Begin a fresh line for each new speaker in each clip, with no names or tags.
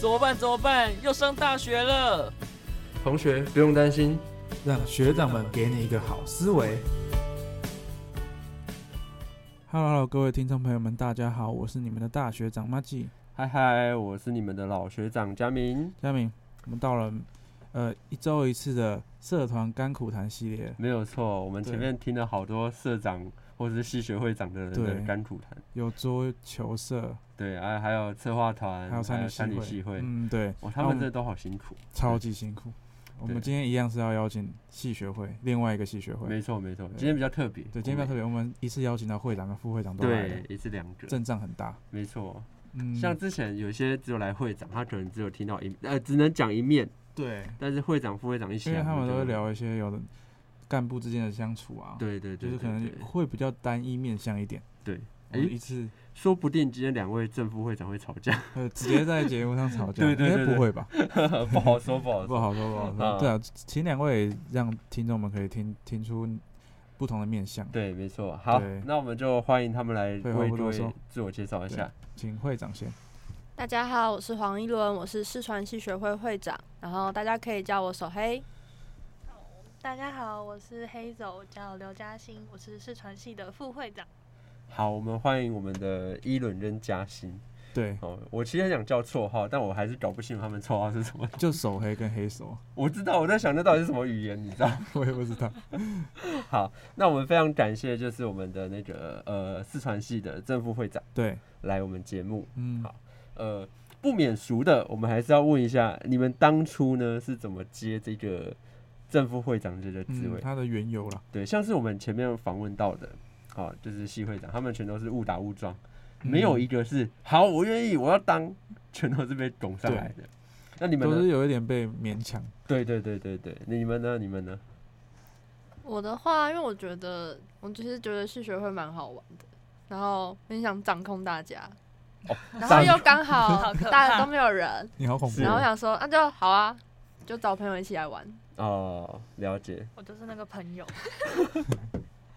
怎么办？怎么办？要上大学了。
同学不用担心，
让学长们给你一个好思维。Hello Hello，各位听众朋友们，大家好，我是你们的大学长马季
嗨嗨，我是你们的老学长佳明。
佳明。我们到了呃一周一次的社团甘苦谈系列，
没有错，我们前
对
面听了好多社长或者是系学会长的人的
对
甘苦谈，
有桌球社，
对，还还有策划团，
还
还
有三
有
里
三里呃系
系
会，
嗯，对，
哇，他
那我
们
们
这都好辛苦。
超级辛苦。我们
对
今天一样是要邀请系学会另外一个系学会，
没错没错，今天比较特别，
对，今天比较特
别，
别，我们一次邀请到会长跟副会长都来了
对，，一次两者，
阵仗很大。
没错。
嗯，
像之前有些只有来会长，他可能只有听到一呃，只能讲一面，
对，
但是会长副会长一起
因
来，
为他们
我
都会
就，
聊一些有的干部之间的相处啊，，
对对
就
对，
是可
对
能
对
会比较单一面向一点。
对，
我
诶
一次
说不定今天两位正副会长会吵架，
呃直接在节目上吵 架，
对对
应
对
该
对
不会吧？
不好说，不好
不。好说，不好
啊
说。对啊，请两位让听众们可以听听出不同的面相。
对，没错。好
对，
那我们就欢迎他们来
废话
为
不
各
多
位
说
自我介绍一下。
请会长先。
大家好，我是黄一伦，我是四川系学会会长，然后大家可以叫我手黑。
大家好，我是黑走，我叫刘嘉欣，我是视传系的副会长。
好，我们欢迎我们的伊伦跟嘉欣。
对，
哦，我其实很想叫绰号，但我还是搞不清楚他们绰号是什么。
就手黑跟黑手，
我知道我在想这到底是什么语言，你知道？
我也不知道。
好， 那我们非常感谢，就是我们的那个呃四川系的正副会长
对，
来我们节目。
嗯
好，呃，不免俗的，我们还是要问一下，你们当初呢是怎么接这个正副会长这个职位
嗯，？他的缘由啦，
对，像是我们前面访问到的，好、就是系会长，他们全都是误打误撞，没有
嗯
一个是好，我愿意，我要当，全都是被拱上来的。那你们
都是
呢？
有一点被勉强。
对对对对对，你们呢？你们呢？
我的话，因为我觉得我就是觉得系学会蛮好玩的，然后很想掌控大家，
哦
然后
掌嗯
又刚好
好可怕
大家都没有人，
你好恐怖
是
哦，
然后想说那、就好啊，就找朋友一起来玩。
哦，了解
我就是那个 朋友，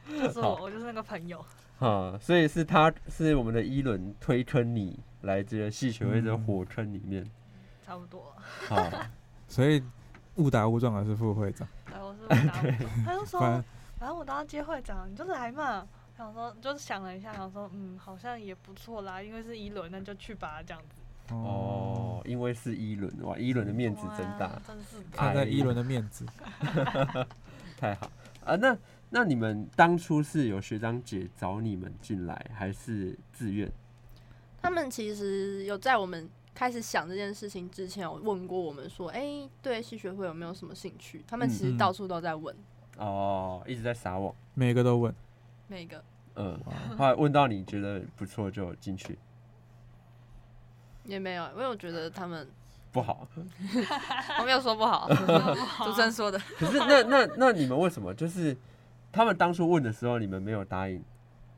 就是我，我就是那个朋友。
哈，所以是他是我们的伊伦推坑你来这个系学会的
嗯
火坑里面，
差不多。
好，
所以误打误撞的是副会长。
然后我是我打我，他
哦
就说，
反
反正我都要接会长，你就来嘛。我想说，就是想了一下，想说，嗯，好像也不错啦，因为是一轮，那就去吧，这样子。
哦，，因为是伊伦，哇，伊伦的面子真大啊
哇，真是的。
哎
看在伊伦的面子，
太好啊！那那你们当初是有学长姐找你们进来，还是自愿？
他们其实有在我们开始想这件事情之前，有问过我们说，哎、对系学会有没有什么兴趣？他们其
嗯
实
嗯
到处都在问、
哦，一直在撒网。
每个都问。
每一个。
嗯，
哇，
后来问到你觉得不错就进去，
也没有，因为我觉得他们，
不好。
我没有说不好，啊主持人说的。
可是那那那你们为什么就是他们当初问的时候你们没有答应，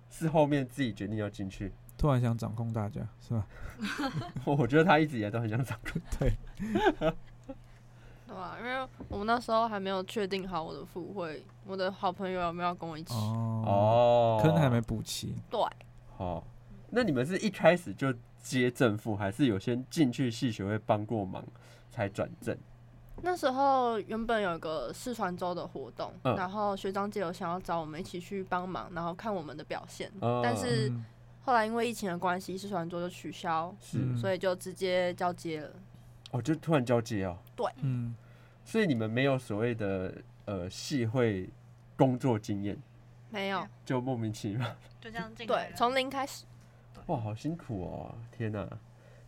是后面自己决定要进去？
突然想掌控大家，是吧？
我我觉得他一直以来都很想掌控。
对啊，因为我那时候还没有确定好我的副会，我的好朋友有没有要跟我一起？
哦，
哦，
坑还没补齐。
对，
好。哦那你们是一开始就接正副，还是有先进去系学会帮过忙才转正？
那时候原本有一个四川周的活动，
嗯
然后学长姐有想要找我们一起去帮忙，然后看我们的表现。
哦
但是
嗯
后来因为疫情的关系，四川周就取消，
是，
嗯
所以就直接交接了。
哦，就突然交接哦，
嗯，
所以你们没有所谓的呃系会工作经验，
没有，
就莫名其妙，
就这样进来
对，
了。
从零开始。
哇，好辛苦哦，天哪、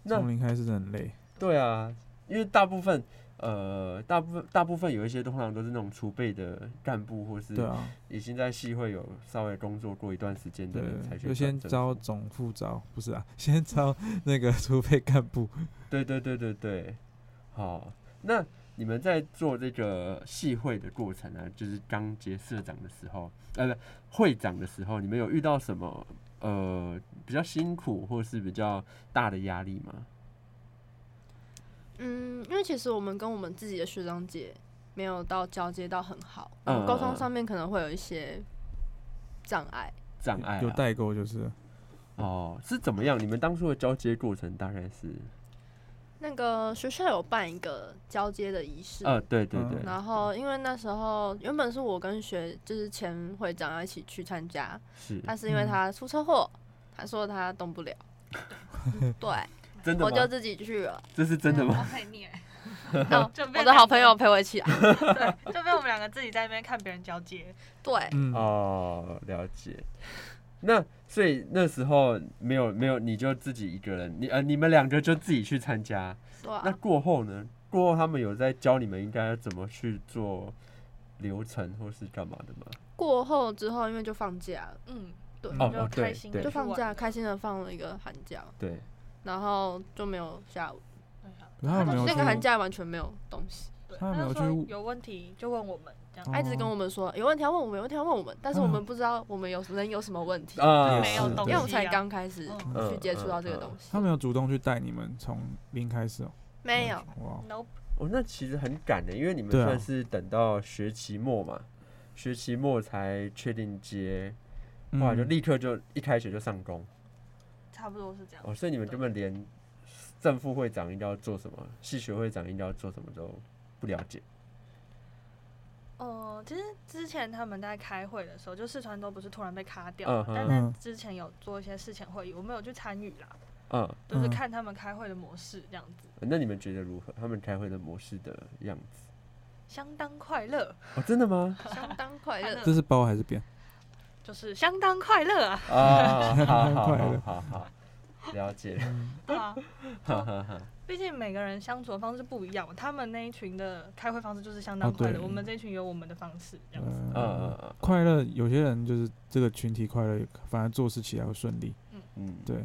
那
嗯从零开始真的很累。
对啊，因为大部分呃，大部分大部分有一些通常都是那种储备的干部，或是
对啊，
已经在系会有稍微工作过一段时间的
对
人才，去
就先
转正
招总副招，不是啊， 先招那个储备干部。
对对对对对，好，那你们在做这个系会的过程呢、就是刚接社长的时候，呃，不，会长的时候，你们有遇到什么呃比较辛苦或是比较大的压力吗？
嗯，因为其实我们跟我们自己的学长姐没有到交接到很好，
嗯
然后沟
嗯嗯
通上面可能会有一些障碍。
障碍、啊、
有代沟就是了，
哦，是怎么样？你们当初的交接过程大概是
那个学校有办一个交接的仪式，
嗯
呃，对对对，
然后因为那时候原本是我跟学就是前会长要一起去参加，
是
但是因为
嗯
他出车祸，他说他 动不了，对
真的
我就嗯
吗？
自己去了，
这是真的吗？
我陪你 耶，
然后
就被
我的好
两个
朋友陪我一 起来，
对，就被我们两个自己在那边看别人交接。
对，
嗯，
哦，了解。那所以那时候没有没有，你就自己一个人，你呃你们两个就自己去参加。
对啊
那过后呢？过后他们有在教你们应该怎么去做流程或是干嘛的吗？
过后之后因为就放假了，
嗯，
对，
哦
就
哦对
开心
对
地
就
去
放
玩
假，
了
开心的放了一个寒假，
对，
然后就没有下午，
对啊
可他们没有
那
去
个寒假完全没有东西。
对
他没有
就说
去
有问题就问我们这样，
哦
他一直跟我们说有问题要问我们，有问题要问我们，但是我们
嗯哦
不知道我们有能有什么问题，
啊，
没有
是
东
因为我
西
们才刚开始
嗯
嗯
去接触到这个
嗯嗯
东西
他，没有主动去带你们从零开始哦，
没有，
哇，
Nope，
哦，那其实很赶的，因为你们
对啊
算是等到学期末嘛，学期末才确定接，
嗯
后来就立刻就一开学就上工。
差不多是这样。
哦，所以你们根本连正副会长应该要做什么，系学会长应该要做什么都不了解。
呃，其实之前他们在开会的时候，就四川都不是突然被卡掉
嗯
嘛，
哼
但是
嗯
之前有做一些事前会议，我没有去参与啦，
嗯，
就是
嗯
看他们开会的模式这样子，
那你们觉得如何？他们开会的模式的样子？
相当快乐，
哦，真的吗？
相当快乐。
这是包还是变？
就是相当快乐啊，
啊，好好
快
好
乐
好好，了解了。
对啊，
哈哈哈
毕竟每个人相处的方式不一样嘛，他们那一群的开会方式就是相当快乐，
哦对
我们这一群有我们的方式这样子，
嗯嗯嗯
呃快乐，有些人就是这个群体快乐，反而做事起来会顺利，
嗯，对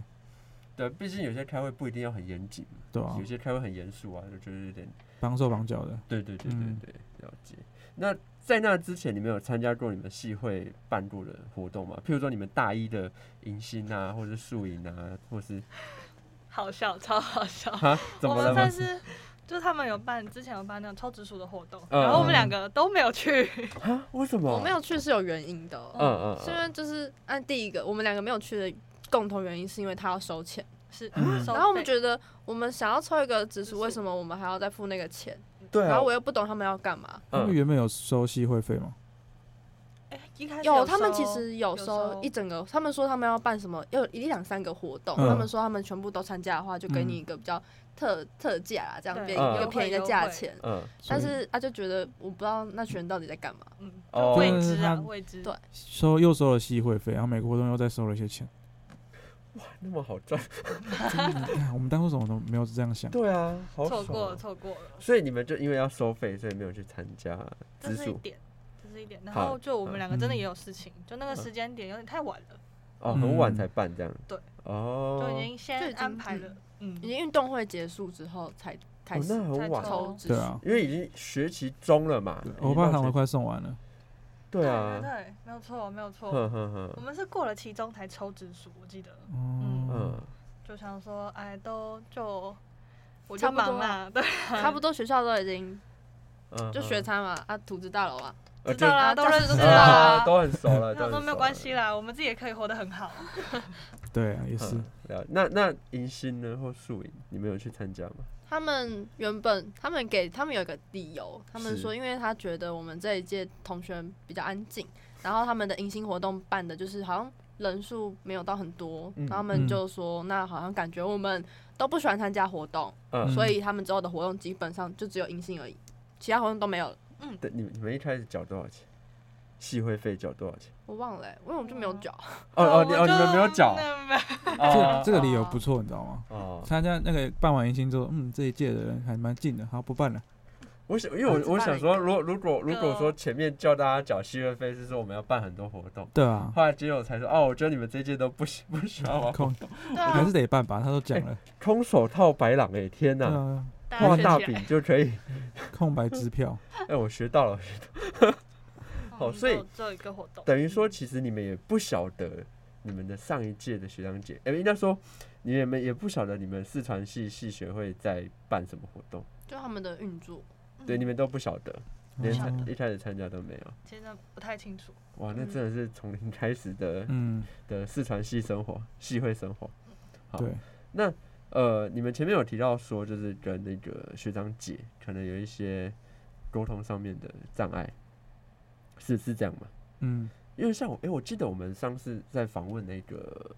对
对，毕竟有些开会不一定要很严谨嘛，
对啊
有，些开会很严肃啊，就觉得有点
绑手绑脚的，
对对对对
嗯
对，了解。那在那之前，你们有参加过你们系会办过的活动吗？譬如说你们大一的迎新啊，或者是宿营啊，或是。
好笑，超好笑
啊，怎
我
么
们
了吗
算？是，就是他们有办之前有办那种超直属的活动，
嗯
然后我们两个都没有去，
啊，为什么？
我没有去是有原因的
嗯。
哦，
嗯，
是因为就是按第一个，我们两个没有去的共同原因是因为他要收钱，
是，
嗯
然后我们
得
觉得我们想要抽一个直
直
属，
属
为什么我们还要再付那个钱？
嗯对
然
啊
后，我又不懂他们要干嘛。
他们
嗯
原本有收系会费吗？
哎一开始
有，
有
他们其
收
实有
有
收
收
一整个，他们说他们要办什么，有一两三个活动，
嗯
他们说他们全部都参加的话，就给你
嗯
一个比较特特价啦，这样
对
变
嗯
一个便宜的价钱。
嗯，
但
所以
是他啊就觉得我不知道那群人到底在干嘛，
嗯
哦
未知啊，
就是他
未知，
对
收又收了系会费，然后每个活动又再收了一些 钱，
那么好赚，
真的，你看哎我们当初怎么都没有这样想，
对啊，好
错
爽
过了，
哦。
错过了，
所以你们就因为要收费，所以没有去参加
这
直
是一
属
点，这是一点。然
好
后就我们
嗯
两个真的
嗯
也有事情，就那个
嗯
时间点有点太晚了，
哦，很晚
嗯
才办这样。
对，
哦，
就已经
就已
先
经
安排
嗯
了，嗯
已，经运动会结束之后才开
哦，
始
那很
才
晚，
抽
抽直
对
属。
啊，
因为已经学期中了嘛。已经
我爸
到
堂
学
都快送完了，
对
对
啊，嗯
对，没有错，没有错。
哼哼哼
我，们是过了期中才抽直属，我记得，
嗯
嗯，
就想说，哎，都就我
差
就
不多
忙啦，对，
差不多学校都已经
嗯
就
哼
学餐嘛，啊，土制大楼啊，
呃
知
就
道啦，都
教
认
室
识
都知道
啦
啊，，都很熟了，
那
都
都
很
没有
熟
关
了
系啦，我们自己也可以活得很好。
对啊，也是
嗯，了那那迎新呢或宿营，你们有去参加吗？
他们原本他们给他们有一个理由，他们
是
说，因为他觉得我们这一届同学比较安静，然后他们的迎新活动办的就是好像人数没有到很多，
嗯
然后他们就说，那好像感觉我们都不喜欢参加活动，
嗯，
所以他们之后的活动基本上就只有迎新而已，其他活动都没有了。
对，你们你们一开始缴多少钱？系会费缴多少钱？
我忘了欸、因为我们就没有缴，
哦哦，你
我
哦你
就
们没有缴
那没有
哦
这这个理由不错，你知道吗？
哦。
参加那个办完迎新之后，嗯，这一届的人还蛮近的，好不办了。
我想，因为我我想说，如果如果如果说前面叫大家缴系会费是说我们要办很多活动，
对啊，
后来结果才说哦，我觉得你们这届都不喜不喜欢玩，
空
对
还
啊
是得办吧，他都讲 了，
空手套白狼哎、天
对
哪，
嗯
啊，
大家
画
学
大
起来
饼就可以，
空白支票，
哎、我学到了，好
我们
哦所以
嗯都有这一个活动，
等于说，其实你们也不晓得你们的上一届的学长姐，哎、应该说你们也不晓得你们四川系系学会在办什么活动，
就他们的运作。
嗯
对，你们都不晓得，连参
嗯
一开始参加都没有。
真的不太清楚。
哇，那
嗯
真的是从零开始的
嗯，
的四川系生活，系会生活。好
对，
那呃，你们前面有提到说，就是跟那个学长姐可能有一些沟通上面的障碍，是是这样吗？
嗯，
因为像我，哎、我记得我们上次在访问那个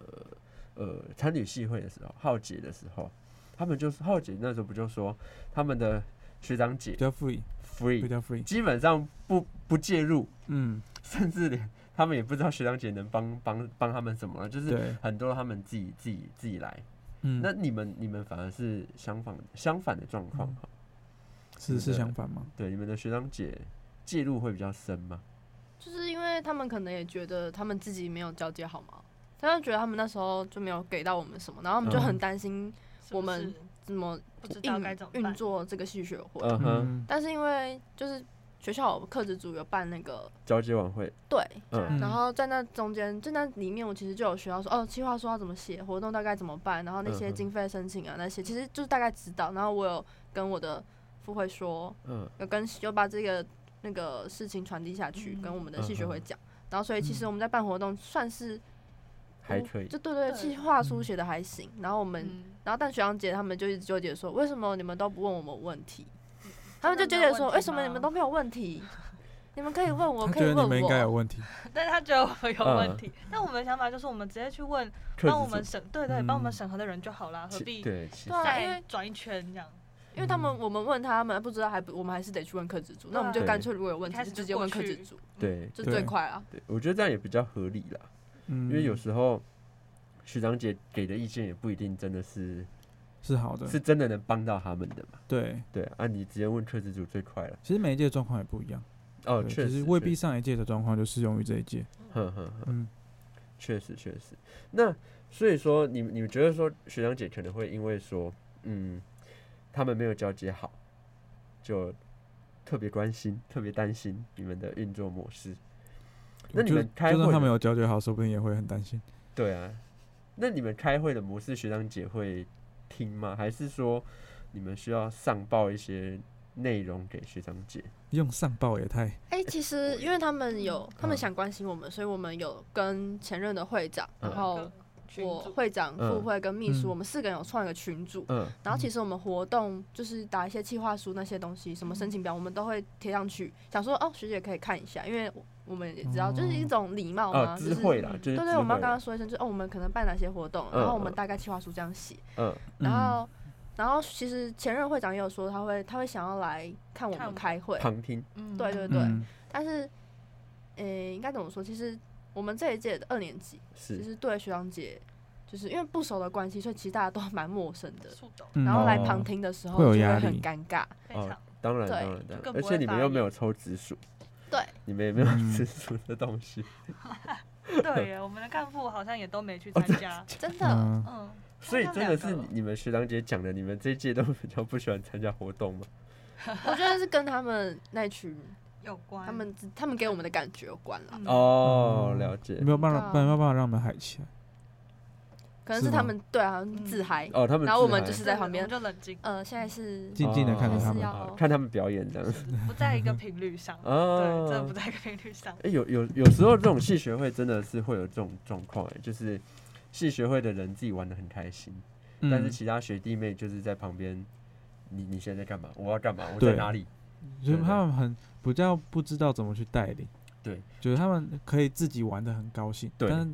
呃参旅系会的时候，浩姐的时候，他们就是浩姐那时候不就说他们的学长姐
比较 free，比
free
较 free。
基本上不不介入，
嗯，
甚至连他们也不知道学长姐能帮帮帮他们什么了，就是
对，
很多他们自己自己自己来。
嗯，
那你们你们反而是相反相反的状况、
嗯
哈，
是是相反吗？
对，你们的学长姐介入会比较深吗？
就是因为他们可能也觉得他们自己没有交接好嘛，他们觉得他们那时候就没有给到我们什么，然后他们就很担心
是不
我们
是
怎么
不知道该
运
怎么办
运作这个戏学会。
嗯哼，
嗯
但是因为就是学校有课职组有办那个
交接晚会，
对，
嗯
嗯
然后在那中间，就那里面，我其实就有学到说，哦，计划书要怎么写，活动大概怎么办，然后那
嗯
些
哼
经费申请啊，那些其实就是大概知道。然后我有跟我的副会说，
嗯
有跟有把这个那个事情传递下去，
嗯
跟我们的
嗯
系学会
哼
讲。然后所以其实
嗯
我们在办活动算是
还
嗯
可以，
就对对，
对
计划书
嗯
写的还行。然后我们，
嗯
然后但学长姐他们就一直纠结说，为什么你们都不问我们问题？他们就
嗯真
纠
的没有
结说，
问题
为什么你们
吗
都没有问题？ 你们可以问我，
他
可
觉
以
得你们
问
应该有
我。
问题。
但是他觉得我们有
嗯
问题，但我们的想法就是我们直接去问
课
帮我
子
们
组
审，对对，帮我们
嗯
审核的人就好啦，何
其
必
对，其
对啊因
再
为
转一圈这样？
因为他们
嗯
我们问他们不知道，还不我们还是得去问科职组。那我们就
对
干脆如果有问
一开
题，
始
就
就
直接问
过
科
去
职组，
嗯
对
就
对
最快啊。
对，我觉得这样也比较合理啦，
嗯，
因为有时候学长姐给的意见也不一定真的是
嗯是好的，
是真的能帮到他们的嘛。
对。
对啊，你直接问课子组最快了。
其实每一届的状况也不一样，
哦，
对
确
其
实
实未
确
必
实，
上一届的状况就适用于这一届。
哼哼哼，
嗯，
确实确实。那所以说，你们你们觉得说学长姐可能会因为说，嗯，他们没有交接好，就特别关心、特别担心你们的运作模式。那你
就
们开
就
会
算他们
的
有交接好，说不定也会很担心。
对啊，那你们开会的模式，学长姐会听吗？还是说你们需要上报一些内容给学长姐？
用上报也太……嗯
哎、其实因为他们有，他
嗯
们想关心我们，所以我们有跟前任的会长，
嗯
然后我会长、
嗯
副会跟秘书，
嗯
我们四个人有创一个群组。
嗯，
然后其实我们活动就是打一些计划书那些东西，什么申请表我们都会贴上去，想说哦学姐可以看一下，因为我们也知道就是一种礼貌
啊，
嘛，
知
就是嗯
会啦，就是
对
知
对，我们要
会
跟
啦
他说一声，就是哦我们可能办哪些活动，
嗯
然后我们
嗯
大概计划书这样写，
嗯
然
嗯
后，然后其实前任会长也有说他会他会想要来看我
看我
们
们
开会，
旁听，
嗯
对对对
嗯
但是，呃，应该怎么说？其实我们这一届的二年级，其
是
实对学长姐，就是因为不熟的关系，所以其实大家都蛮陌生的。
速懂，
嗯
然后来
哦
旁听的时候
会
就
有
会
压
很
力
尴 尬，
非
哦
常
当然
对
当然当
就
然，
更
而
不
且
会
你们
发
又
言
没有抽直属，
对，
你们也没有
嗯
直属的东西，
对耶，我们的干部好像也都
哦
没去参加，
真的。哦
嗯，
嗯，
所以
他们
真的
两
是
个
你们学长姐讲的，你们这一届都比较不喜欢参加活动嘛？
我觉得是跟他们那群，
有关
他们他们给我们的感觉有关啦，
嗯
哦，
嗯
了解
没，有办法，
对啊
没有办法让我们嗨起来。
可能
是
是他
吗
们对啊
嗯
自嗨。
哦，他们
然后我
自
们
嗨
就是在
对
旁边
我们就冷静，
呃，现在是
静静的看着
哦
他
还是
们
要，
啊看他们表演这样子。
不在一个频率 上，
哦
对，真的不在一个频率上，
欸有有有时候这种戏学会真的是会有这种状况、欸，就是戏学会的人自己玩的很开心，但是
嗯，
其他学弟妹就是在旁边，你你现在在干嘛？我要干嘛？我
对
在哪里？
就是他们很比较不知道怎么去带领。
对，
就是他们可以自己玩的很高兴，
对
但是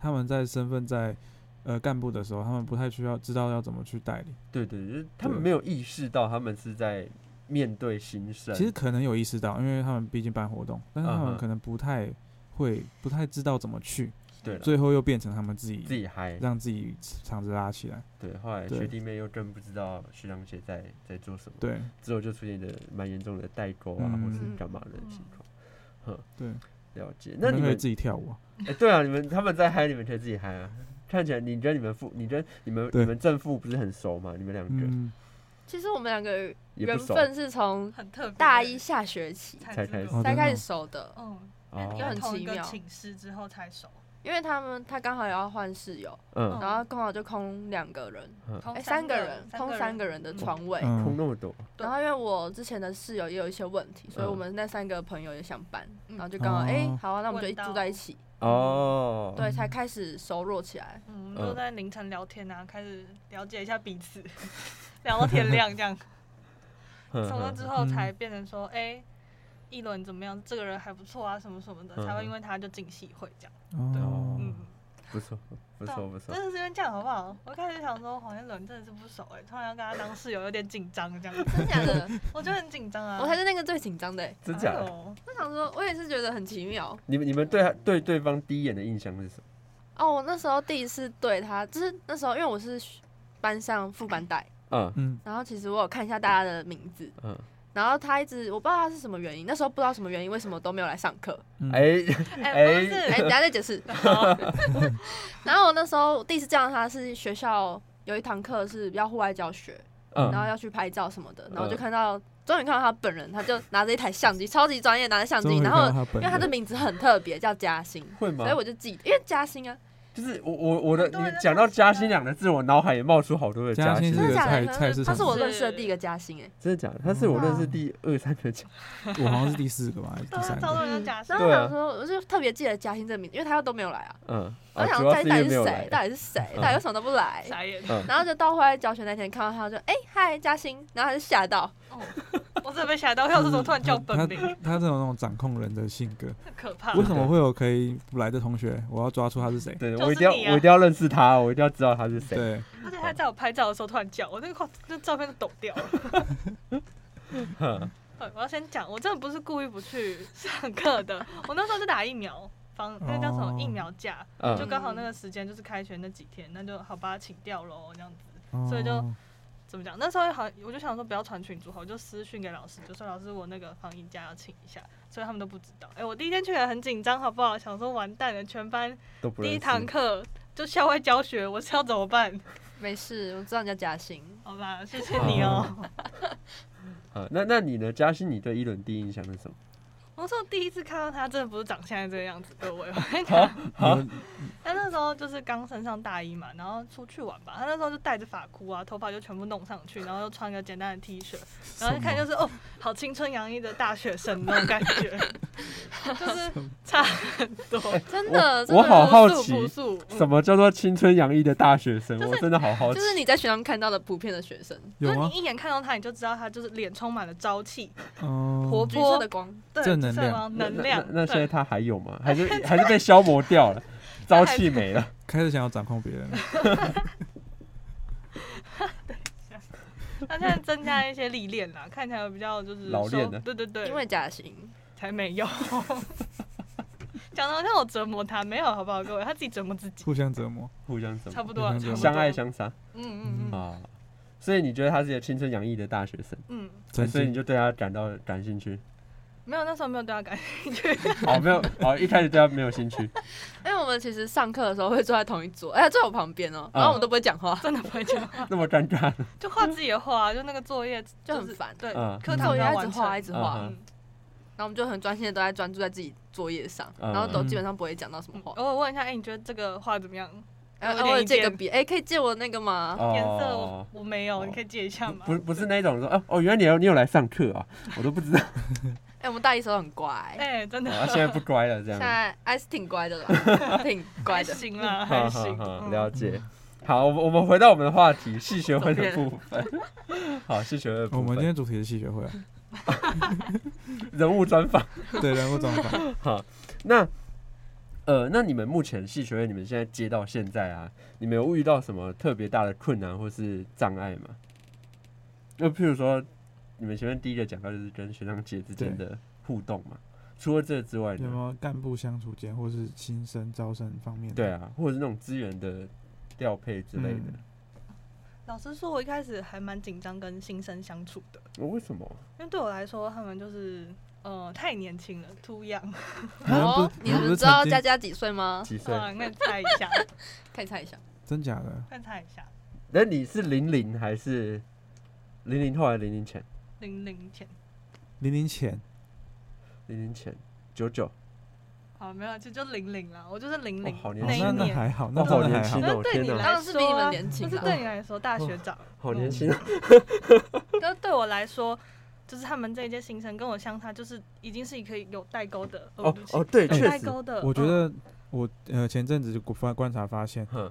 他们在身份在呃干部的时候，他们不太需要知道要怎么去带领。
对对就是他们
对
没有意识到他们是在面对新生。
其实可能有意识到，因为他们毕竟办活动，但是他
嗯哼
们可能不太会，不太知道怎么去，
对了，
最后又变成他们自己
自己嗨。
让自己场子拉起来。
对，后来
对
学弟妹又更不知道学长姐在在做什么，
对
之后就出现的蛮严重的代沟啊，
嗯
或是干嘛的情况。
对，
了解。那你
们可以
们
自己跳舞啊、
哎、对啊，你们他们在嗨，你们可以自己嗨啊。看起来你跟你们副，你跟你们
对
你们正副不是很熟吗？你们两个、
嗯，
其实我们两个
也不
缘
熟
分是从
很特别。
大一下学期
才
才
知
开
道
始哦
才
真的
开
哦
始熟的，
嗯，
哦
因
也
为
很
同一
奇
个
妙
寝室之后才熟，
因为他们他刚好也要换室友，
嗯，
然后刚好就空两个人，
空
哎，三个人
人，，
空三个人的床
哎
位。
嗯
空那么多，
然后因为我之前的室友也有一些问题，所以
嗯
我们那三个朋友也想搬，
嗯
然后就刚好
哦嗯
哎，好啊，那我们就一
问到
住在一起，
哦，
对，才开始熟络起来。
嗯，我们都在凌晨聊天啊，开始了解一下彼此， 聊到天亮这样。
嗯，
从那之
嗯
后才变成说，哎、一轮怎么样？这个人还不错啊，什么什么的，
嗯
才会
嗯
因为他就进戏会这样。
哦，
嗯，
不错，不
但
错，不错
真，的是因为这样好不好？我一开始想说黄一伦真的是不熟哎、突然要跟他当室友，有点紧张这样。
真假 的？嗯
我就很紧张啊，
我才是那个最紧张的欸。
真假
哎
的？
呦
我想说，我也是觉得很奇妙
你们你们对他对对方第一眼的印象是什么？
哦。我那时候第一次对他，就是那时候因为我是班上副班带，
嗯
嗯
然后其实我有看一下大家的名字，
嗯，
然后他一直我不知道他是什么原因，那时候不知道什么原因，为什么都没有来上课。
嗯，
哎，
哎，不
哎、等一
是，
下再解释。 然后我那时候第一次见到他是学校有一堂课是要户外教学，然
嗯，
后要去拍照什么的，然后
嗯
就看到终于看到他本人，他就拿着一台相机，超级专业，拿着相
终
机，
于
然
看
后
到他本
因为他的
人
名字很特别，叫嘉欣，
会吗
所以？我就记得，因为嘉欣啊，
就是我我我的，
很多人
你
在
讲到嘉
讲这
欣
个
两个字，我脑海也冒出好多的嘉
嘉欣
欣
是，
真的假
菜
的？
菜市
他
场
是我认识的第一个嘉欣哎、
真的假的？他是我
哇
认识第二三个嘉，
我好像是第四个吧，还是第
对啊
三，
超
个，
多人都假
然
设。
后我
对啊
想说，我就特别记得嘉欣这个名字，因为他都没有来啊。
嗯，
我
啊
想
主
说
要
到
是
底
因为没有
谁
来，，
到底是谁，
嗯
到底为什么都不来？
傻眼，
嗯，
然后就到户外教学那天看到他就哎嗨嘉欣，然后他就吓到，
哦我真的被吓到，我想说怎么突然叫本名，
他这种那种掌控人的性格，
很可怕。
为什么会有可以不来的同学？我要抓出他是谁。
对，
就是
我一定要
你啊
我一定要认识他，我一定要知道他是谁。
对，
而且他在我拍照的时候突然叫我，那个那照片都抖掉了。
哼
对我要先讲，我真的不是故意不去上课的，我那时候是打疫苗，防那个叫什么
哦
疫苗假，就
嗯
刚好那个时间就是开学那几天，那就好吧，请掉喽这样子。
哦
所以就怎么讲？那时候好，我就想说不要传群组，好，我就私讯给老师，就说老师我那个防疫假要请一下，所以他们都不知道。哎、我第一天去也很紧张，好不好？想说完蛋了，全班
都不认
第
识。
一堂课就校外教学，我是要怎么办？
没事，我知道你叫嘉欣。
好吧，谢谢 你哦、
啊，那那你呢？嘉欣，你对一轮第一印象是什么？
我说第一次看到他，真的不是长现在这个样子，各位。
啊
你
他那时候就是刚升上大一嘛，然后出去玩吧。他那时候就戴着发箍啊，头发就全部弄上去，然后又穿个简单的 T 恤，然后一看就是哦，好青春洋溢的大学生那种感 觉，就是差很多。
真的，真的
我好好
朴素
奇
朴素，嗯
什么叫做青春洋溢的大学生？
就是
我真的好好奇
就。是你在学校看到的普遍的学生，
就
有
啊
是
吗
你？一眼看到他，你就知道他就是脸充满了朝气，
哦，
活
橘色
泼
嗯的光，
对
正能
是
量
吗
那
能量
那那那现在
对
他还有 吗？还是还是被消磨掉了？朝气没了。
开始想要掌控别 人了。
他现在增加一些历练啦，看起来比较就是
老练
收
了
对对对，
因为嘉欣，
才没有。讲的好像我折磨他，没有好不好，各位，他自己折磨自己，
互相折磨。
互相什
差
么？
不多了，
嗯
差不多
相爱相杀
嗯嗯嗯
啊！所以你觉得他是一个青春洋溢的大学生，
嗯，
曾
所以你
经
就对他感到感兴 趣？
没有，那时候没有对他感兴趣，
哦，没有，哦，一开始对他没有兴 趣。
因为我们其实上课的时候会坐在同一桌，哎，他坐我旁边哦，
嗯
然后我们都不会讲 话，
真的不会讲话，
那么尴尬，
就画自己的画，就那个作业
就很
是
烦
对，
嗯
课
作
堂
业一
要
直
完啊
画一
成。
直画，
嗯
然后我们就很专心的都在专注在自己作业上，
嗯
然后都基本上不会讲到什么话。
偶尔问一下，哎，你觉得这个画怎么样？
哎，
有
偶尔
点
借
意
个
见
笔，哎，可以借我那个吗？
颜色我
哦，
我没有，
哦
你可以借一下吗？
不是不是那种说哦哦，原来你有你有来上课啊，我都不 知道，
哎，我们大一时候很乖，
哎，真的
啊现在不乖了这
现
样。
在还是挺乖的啦，挺乖
还
的。
行啦，还
好
行
好，好，
嗯
了解。好，我们我们回到我们的话题，系学会的
走
部分。好，系学会的
我
部
们今
分
天主题是戏学会 啊，
人物专访。
对人物专 访，
那呃，那你们目前系学会，你们现在接到现在啊，你们有遇到什么特别大的困难或是障碍吗？就譬如说，你们前面第一个讲到就是跟学长姐之间的互动嘛。除了这之外
有没
呢？
有干部相处间或是新生招生方面的？
对啊，或者是那种资源的调配之类的
嗯。
老实说，我一开始还蛮紧张跟新生相处的，
哦为什么？
因为对我来说，他们就是呃太年轻了，too young，
啊你们哎不
哦
是，
你
们不
们
是
知道
曾经
佳佳几岁吗？
几岁？
哇，啊那猜一下，
可以猜一下。
真假的？
快猜一下，
那你是零零还是零零后还是零零前？
零零前，
零零前
零零前，九九，
好，没有，就就零零啦，我就是零
哦
零、
好年
那
轻
一
那那
年。
还好，那
哦好
真的
年
还
轻
好。
哦，
那对
天
你
哪，
来
当
说，
然是比你们年轻啊
但是
啦
对你来说，大学长。
好年轻哦，
哦
但是对我来说，就是他们这一届新生跟我相差，就是已经是一个有代沟的
哦
不起
哦，对，
有
确
代
实，
沟的。
我觉
嗯
得我呃前阵子就观观察发现，
哼，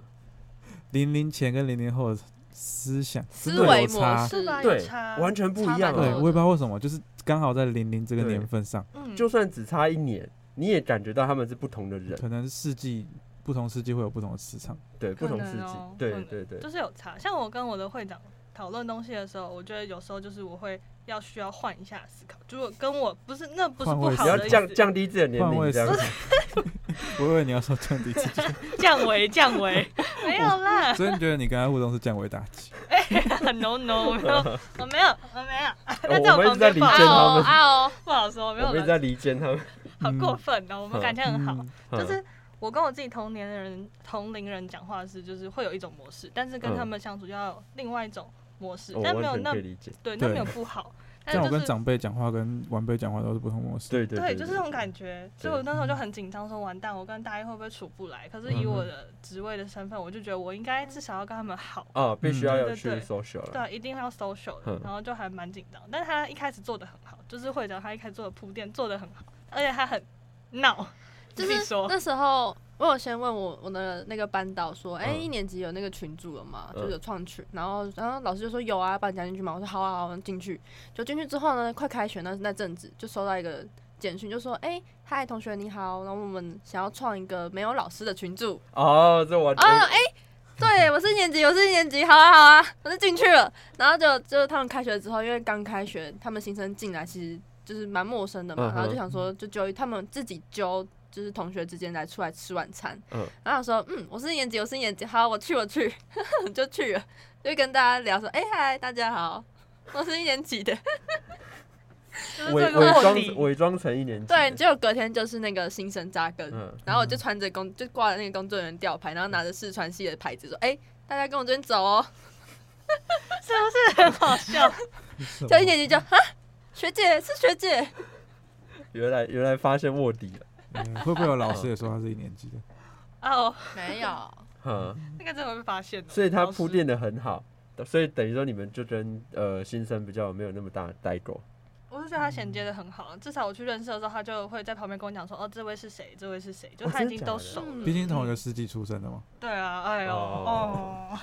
零零前跟零零后的思想真
思
的
维
有
模
差。
式
是吧
对
有嗯差，
完全不一
差
样
蛮
对，
多
啊
的。
我也不知道为什么，就是刚好在零零这个
对
年份上，
嗯，
就算只差一年，你也感觉到他们是不同的人，
可能世纪不同世纪会有不同的市场。
对，不
可
同
能
世纪
哦，可
对
能
对对，
就是有差。像我跟我的会长讨论东西的时候，我觉得有时候就是我会要需要换一下思考。如果跟我不是那不是
换
不
位
好
你要
的意
降
思，
降低自己的年
换
龄
位
这样
思
子，
我以为你要说降低自己，
降维降维， 没有啦
所以你觉得你跟他互动是降维打击？
，no no，我没
嗯
有，我没有，我没
哦
有，他在
我们一
旁
直在
边
离
抱
间
怨，
他
啊哦
们，
啊哦，
不好说，没
我们一
有
直
啦，
在离间他们，
好
嗯
过分哦，我们感情很好。
嗯
就
哼
是我跟我自己同年的人、同龄人讲话是，就是会有一种模式，但是跟他们相处要有另外一种模式，
我嗯
但
哦完
没有
全
那
可以理解，
对，那
对
没有不 好，但
像我
就
跟
是
长辈讲话跟晚辈讲话都是不同模式。
对对
对，
对，
就是这种
觉，
感觉。所以
对嗯
我那时候就很紧张，说完蛋，我跟大一会不会处不来？可是以我的职位的身份，我就觉得我应该至少要跟他们好。
啊，必须要
嗯
有
对
去
对
social 了，
对，一定要 social，的
嗯
然后就还蛮紧张，但是他一开始做的很好，就是会长他一开始做的铺垫做的很好，而且他很 闹，
就
自己
是
说
那时候我有先问我我的那个班导说，哎、
嗯
一年级有那个群组了吗？
嗯
就是有创群，然后然后老师就说有啊，把你加进去嘛。我说好啊好啊，进去。就进去之后呢，快开学那那阵子就收到一个简讯，就说，哎、嗨同学你好，然后我们想要创一个没有老师的群组。
哦，这我
啊，哎、对，我是一年级，我是一年级，好啊好啊，我就进去了。然后就就他们开学之后，因为刚开学，他们新生进来其实就是蛮陌生的嘛，
嗯哼
然后就想说就揪他们自己揪。就是同学之间来出来吃晚餐，
嗯
然后想说，嗯，我是一年级，我是一年级，好，我去，我去， 就去了，就跟大家聊说，哎、嗨，大家好，我是一年级 的，
就是
伪
这个
伪
卧
装
底，
伪装成一年级，
对，结果隔天就是那个新生扎根，
嗯
然后我就穿着工，就挂着那个工作人员吊牌，然后拿着四川系的牌子说：“哎、大家跟我这边走哦。
是不是很好笑？
什”么
就一年级就哈，学姐是学姐，
原来原来发现卧底了，
嗯会不会有老师也说他是一年 级的？
哦，
没有，
嗯，
那个真的会被发现的。哦
所以他
老师
铺垫的很好，所以等于说你们就跟呃新生比较没有那么大的代沟，
我是觉得他衔接的很好，至少我去认识的时候，他就会在旁边跟我讲说，哦，这位是谁，这位是谁，就
哦
他
真的
已经
假的
都熟了。
嗯
毕竟同一个世纪出生的嘛。
对啊，哎呦，
哦
哦，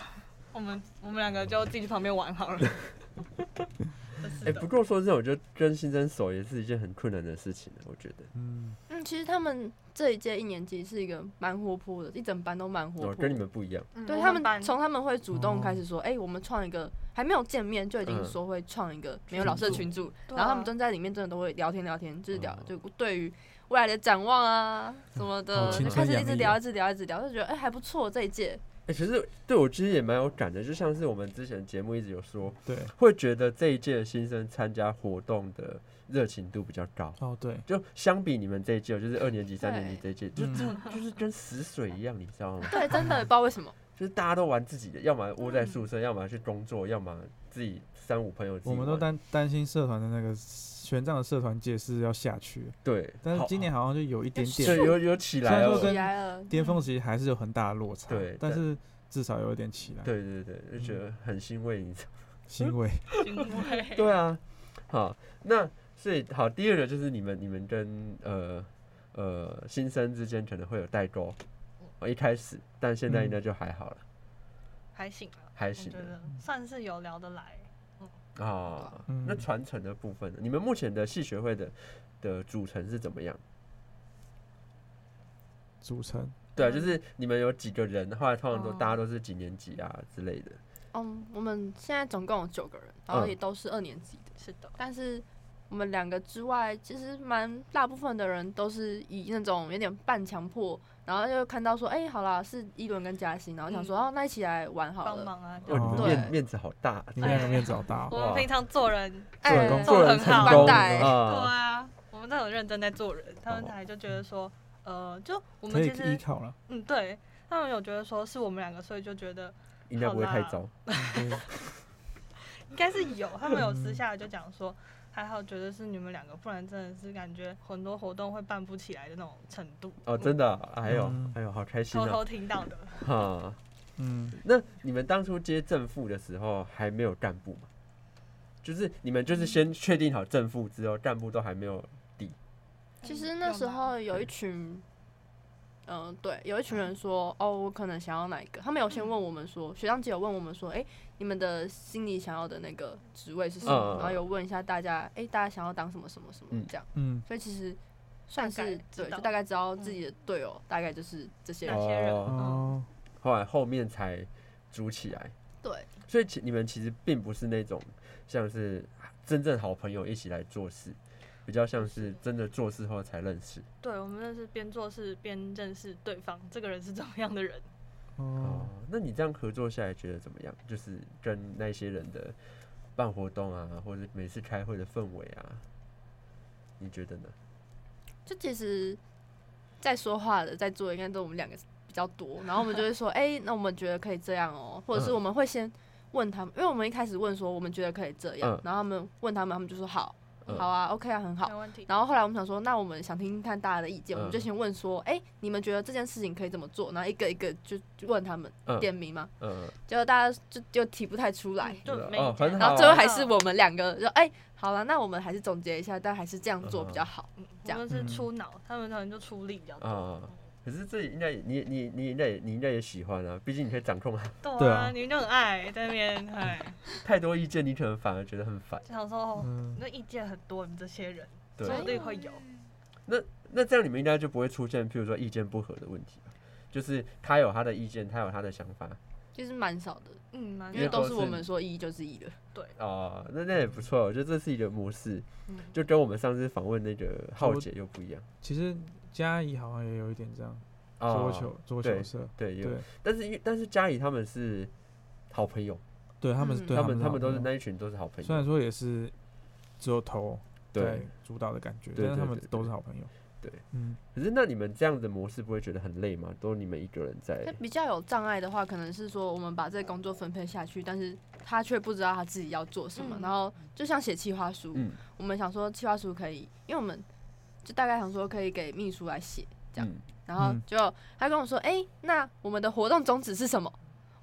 我们我们两个就自己去旁边玩好 了。
哎、
真的
不过说这种就跟新生熟也是一件很困难的事情，啊我觉得，
嗯，
嗯，其实他们这一届一年级是一个蛮活泼的，一整班都蛮活泼、
哦，跟你们不一样，
嗯
对
我
他
班
们从他们会主动
哦
开始说：“哎、我们创一个。”还没有见面就已经
嗯
说会创一个没有老师的群组，
对啊
然后他们真在里面真的都会聊天聊天，就是聊
哦
就对于未来的展 望啊什么
好
的，
青
就
春
开始一
洋
直
溢
聊
哦
一直聊一直聊，就觉得哎、还不错这一届，
哎、其实对我其实也蛮有感的，就像是我们之前节目一直有说，
对，
会觉得这一届的新生参加活动的热情度比较高。
哦对，
就相比你们这一届，就是二年级、三年级这一届，就
嗯
就就是跟死水一样，你知道吗？
对，真的不知道为什么。
就是大家都玩自己的，要么窝在宿舍，要么去工作，要么自己三五朋友自己
我
玩。
们都担担心社团的那个玄奘的社团界是要下去了，
对，
但是
好
今年好像就有一点
对
点
有有起来哦了
虽然说。
起
跟
来了，
巅峰，期，还是有很大的落差。
对
但
但
是至少有一点起来，，
对对对，就觉
嗯
得很欣慰， 你知道吗？
欣慰。
行为
对啊，好，那所以好，第二个就是你们你们跟呃呃新生之间可能会有代沟，哦一开始，但现在应该
嗯
就还好了，
还行啊，
还
我
行
觉得算是有聊得来。
啊、
嗯
那传承的部分呢，你们目前的系学会的的组成是怎么样？
组成
对啊，就是你们有几个人，后来通常都、
嗯哦
大家都是几年级啊之类的。
嗯，我们现在总共有九个人，然后
嗯
也都是二年级的，
是的，
但是我们两个之外，其实蛮大部分的人都是以那种有点半强迫，然后就看到说，哎、好啦，是一轮跟嘉欣，然后想说，
嗯
哦，那一起来玩好
帮
了。
忙啊。
哦，你们
对
面面子好大，
你们
哎
两个面找大
我
哦，
们平常做人，
哎
做人
做
做
得
人
很
成
好
功
棒呆
对
啊！
啊，我们都很认真在做人。他们才就觉得说，呃，就我
可
们
以
其
依
实，
靠了。
嗯，对他们有觉得说是我们两个，所以就觉得嗯
应该不会太
好
糟。
应该是有，他们有私下就讲说，还好觉得是你们两个，不然真的是感觉很多活动会办不起来的那种程度。
哦，真的啊，还有
嗯
还有，好开心
偷
啊！
偷听到的，
哈，
嗯，
那你们当初接正副的时候还没有干部吗？就是你们就是先确定好正副之后，干部都还没有
其实那时候有一群，嗯、对，有一群人说，哦，我可能想要哪一个。他们有先问我们说，学长姐有问我们说，哎、你们的心里想要的那个职位是什么？
嗯嗯嗯
然后有问一下大家，哎、大家想要当什么什么什么
嗯
这样。
嗯，
所以其实算
大概
是
知
对，
道嗯
就大概知道自己的队友、大概就是这些
哪
人。
些人
哦
哦，
后来后面才组起来。
对，
所以其你们其实并不是那种像是真正好朋友一起来做事，比较像是真的做事后才认识。
对我们认识边做事边认识对方，这个人是怎么样的人。
哦
哦，，
那你这样合作下来觉得怎么样？就是跟那些人的办活动啊，或者每次开会的氛围啊，你觉得呢？
就其实，在说话的，在做的应该都我们两个比较多，然后我们就会说，哎、那我们觉得可以这样哦、或者是
嗯
我们会先问他们，因为我们一开始问说我们觉得可以这样，
嗯
然后他们问他们，他们就说好，
嗯
好啊，OK 啊，很好
没。问题。
然后后来我们想说，那我们想听听看大家的意见，
嗯
我们就先问说，哎、你们觉得这件事情可以怎么做？然后一个一个就就问他们
嗯
点名嘛，
嗯，
结果大家就就提不太出来，
嗯就没
哦很
然
好
后最后还
嗯
是我们两个就哎、好了，那我们还是总结一下，但还是这样做比较好。
嗯
这样
我们是出脑，他们可能就出力比较多。
啊、可是这应该也你你你应该也你应该也喜欢啊，毕竟你可以掌控啊，
对
对
啊，
啊
你们就很爱在那边，哎，
太多意见你可能反而觉得很烦。
就 想说，哦
嗯
那意见很多，你们这些人
对，
说不定会有。
那那这样你们应该就不会出现，譬如说意见不合的问题吧？就是他有他的意见，他有他的想法，
就是蛮少的，
嗯，蛮
因
因
为
为
都
都是
是我们说一就是一的。
哦，那那也不错，我觉得这是一个模式，
嗯
就跟我们上次访问那个浩姐又不一样。
其实嘉怡好像也有一点这样，
哦
桌球桌球社，
对，有
对，
但是因为但是嘉怡他们是好朋友，
对他们是
嗯
对
他们他
他
们都是
好朋友
那一群都是好朋
虽然
友，
说也是只有头在
对。
主导的感觉，
对
但是他
对
们
对
都
对
是好朋友。
对，
嗯，
可是那你们这样的模式不会觉得很累吗？都你们一个人在
那比较有障碍的话，可能是说我们把这个工作分配下去，但是他却不知道他自己要做什么。
嗯
然后就像写企划书，
嗯
我们想说企划书可以，因为我们就大概想说可以给秘书来写，这样
嗯，
然后
嗯
就他跟我说，哎、那我们的活动宗旨是什么？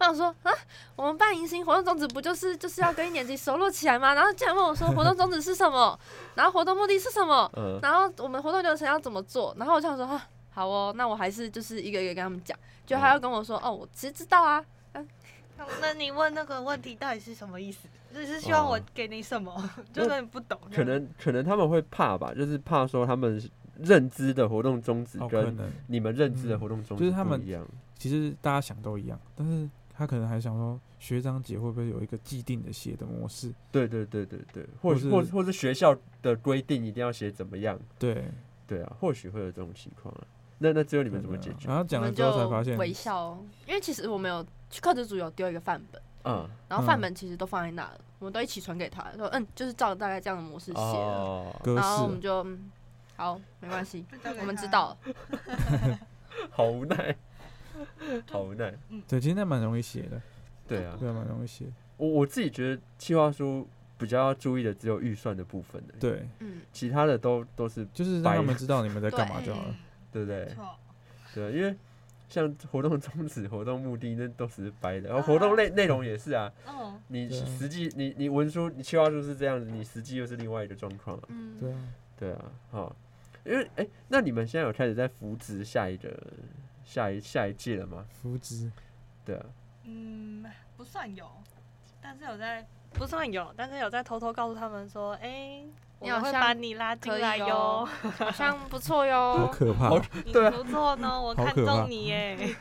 我想说啊，我们办迎新活动宗旨不就是就是要跟一年级熟络起来吗？然后竟然问我说活动宗旨是什么，然后活动目的是什么？
嗯
呃
然后我们活动流程要怎么做？然后我就想说，啊、好哦，那我还是就是一个一个跟他们讲。就他要跟我说，哦，我其实知道啊，
那那你问那个问题到底是什么意思？就是希望我
哦
给你什么？ 就有点不懂。
可能可能他们会怕吧，就是怕说他们认知的活动宗旨
哦，可
跟
能
你们认知的活动中
嗯就是他们
不一样
其实大家想都一样，但是他可能还想说，学长姐会不会有一个既定的写的模式？
对对对对对，或
或
是
是
或或是学校的规定一定要写怎么样，
对，
对啊，或许会有这种情况啊。那那最后你们怎么
对
解
啊
决？
然后
我
讲了
们
之
就
后才发现，
微笑哦、因为其实我们有去课职组有丢一个范本，
嗯，
然后范
嗯
本其实都放在那了，我们都一起传给他，说嗯，就是照大概这样的模式写了。
哦，
格
然后我们
式，
就嗯，好，没关系，
交给
我们
他
知道了。
好无奈， 好无奈。
对，其实那蛮容易写的，
对啊，
对，蛮容易写的，
我我自己觉得计划书比较要注意的只有预算的部分的，
对，
嗯，
其他的都都是
就是让
白
他们知道你们在干嘛
对
就好了。
对不对
没？错，
对，啊因为像活动宗旨、活动目的那都只是白的，
啊
然后活动内内容也是啊，
嗯，
你
对啊
实际你你文书你计划书是这样子，你实际又是另外一个状况啊。
嗯，
对啊，
对啊，好，因为哎、那你们现在有开始在扶植下一个下一下一届了吗？
扶植，
对啊，
嗯，不算有，但是有在不算有，但是有在偷偷告诉他们说，哎、我
你好
们会
像
把你拉进
可以
来哟
哦，好像不错
好
哟。
可怕
好
哦，
你
对啊
不错呢，我
好
看
可怕
中你耶。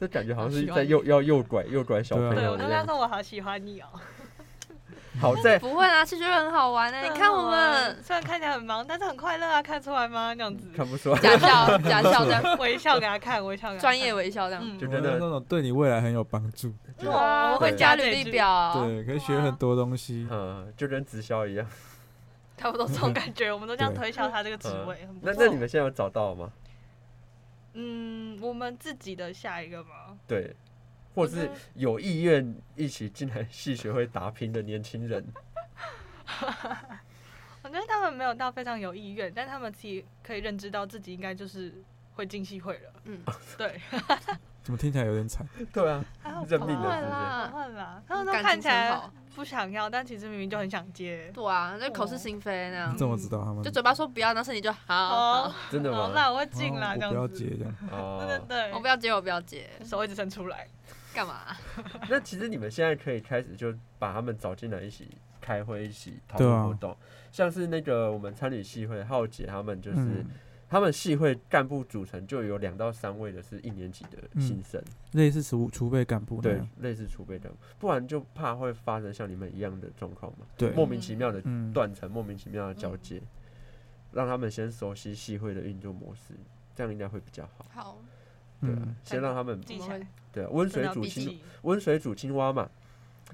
这感觉好像
好
是
喜欢
在
你
诱要诱拐诱拐小
对啊
朋
啊对，
友
我
一
就跟他
样。
说我好喜欢你哦、
好在
不会啊，是觉得很好玩哎、你看我们
虽然看起来很忙，但是很快乐啊，看出来吗？那样子，
看不出来，
假笑假笑这样，
微笑给他看，微笑给他看
专业，微笑这样。
嗯，
就
我
真的
那种对你未来很有帮助，
就
哇，我会
对
加这
履
一
历
句，
表，
对，可以学很多东西。
嗯，就跟直销一样。
差不多这种感觉，我们都这样
对
推销他这个职
嗯
位，很不
那
错
那你们现在有找到吗？
嗯，我们自己的下一个吗？
对，或
我
是
觉得
有意愿一起进来系学会打拼的年轻人，
我觉得他们没有到非常有意愿，但他们自己可以认知到自己应该就是会进戏会了。
嗯，
对，
怎么听起来有点惨？
对啊，
还好吧
认命
不会
了
不
啦，哦
会啦，他们都
嗯感
看
情
起
真
来
好
不想要，但其实明明就很想接。
对啊，那口是心非那
嗯
样
你，怎么知道他们？
就嘴巴说不要，但是你就好，
哦
好，
真的
好
吗？
啦，我会
哦
进啦，
我
这
不要
样子。
接这样。
对对
哦，
对，
我不要接，我不要接，
手一直伸出来。
干嘛？
那其实你们现在可以开始就把他们找进来一起开会，一起讨论活动。像是那个我们参与系会，浩姐他们就是、
嗯，
他们系会干部组成就有两到三位的是一年级的新生，
类似储储备干部那
嗯对啊
样。，
类似储备干部，不然就怕会发生像你们一样的状况嘛，
对，
莫名其妙的
嗯，
断层，莫名其妙的交接，让他们先熟悉系会的运作模式，这样应该会比较好。
好，
对啊、
嗯，
先让他们
记
我
起
们
来
会，
对啊温、
真
水
的要
煮
笔
青
记。
温水煮青蛙嘛，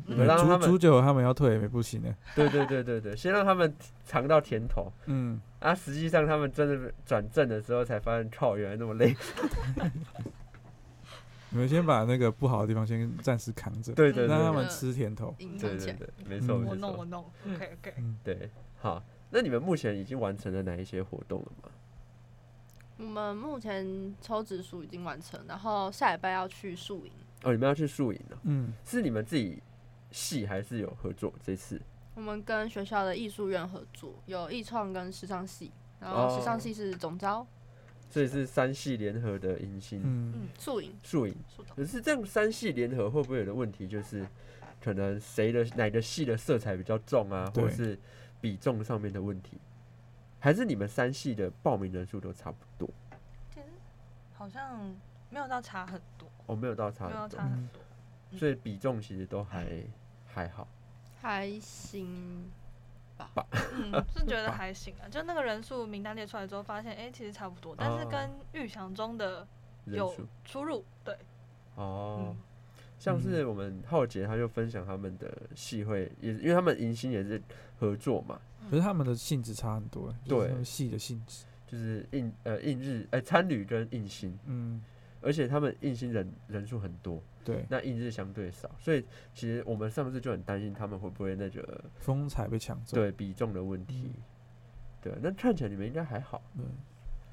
你
对
们让他
嗯煮煮
们
酒他们要退也不行的。
对对对对对，先让他们尝到甜头
嗯，
啊！实际上他们真的转正的时候才发现，靠，原来那么累。
你们先把那个不好的地方先暂时扛着，
对对
让他
对
们吃甜头。
隐
对
藏
对
起来。
对，没错
嗯
我
哦没
弄我
错，
弄，OK OK。
对，好。那你们目前已经完成了哪一些活动了吗？
我们目前抽指数已经完成，然后下礼拜要去宿营，
哦，你们要去宿营哦，
嗯，
是你们自己系还是有合作？这次
我们跟学校的艺术院合作，有艺创跟时尚系，然后时尚系是总招，
所以是三系联合的迎新
嗯，
宿营
宿营。
树洞。
可是这样三系联合会不会有的问题就是，可能谁的哪个系的色彩比较重啊，或
对
者是比重上面的问题，还是你们三系的报名人数都差不多？
其实好像没有到差很多，
哦，没有到差
没有
很
差
多，
很多。嗯
所以比重其实都还还好。
还行，
嗯，是觉 得还行啊。就那个人数名单列出来之后，发现哎、诶其实差不多，但是
哦
跟预想中的
人
有
数
出入。对，
哦，
嗯
像是我们浩杰他就分享他们的系会，也是因为他们迎新也是合作嘛，
可是他们的性质差很多，就是
对
他们系的性质。
就是应呃应日哎、参旅跟应新，
嗯，
而且他们应新人人数很多，
对，
那印日相对少，所以其实我们上次就很担心他们会不会那个
风采被抢走。
对比重的问题。
嗯
对，那看起来你们应该还好。
对，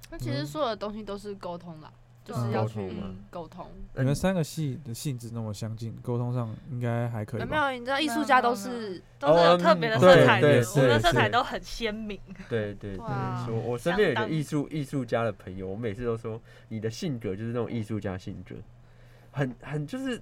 那其实所有的东西都是沟通啦，就是
嗯
要
沟通
去
嘛
沟通。
那
你们
你
三个系的性质那么相近，沟通上应该还可以
有呃没
吧？
有？你知道艺
没
术
有
家
没有
都
没有
是
都是
哦
有特别的
嗯
色
对
彩
对
的，我们的
是
色彩
是
都很 鲜明。
对对对，
哇
说我身
相
边有一个
当
艺术艺术家的朋友，我每次都说你的性格就是那种艺术家性格，很很就是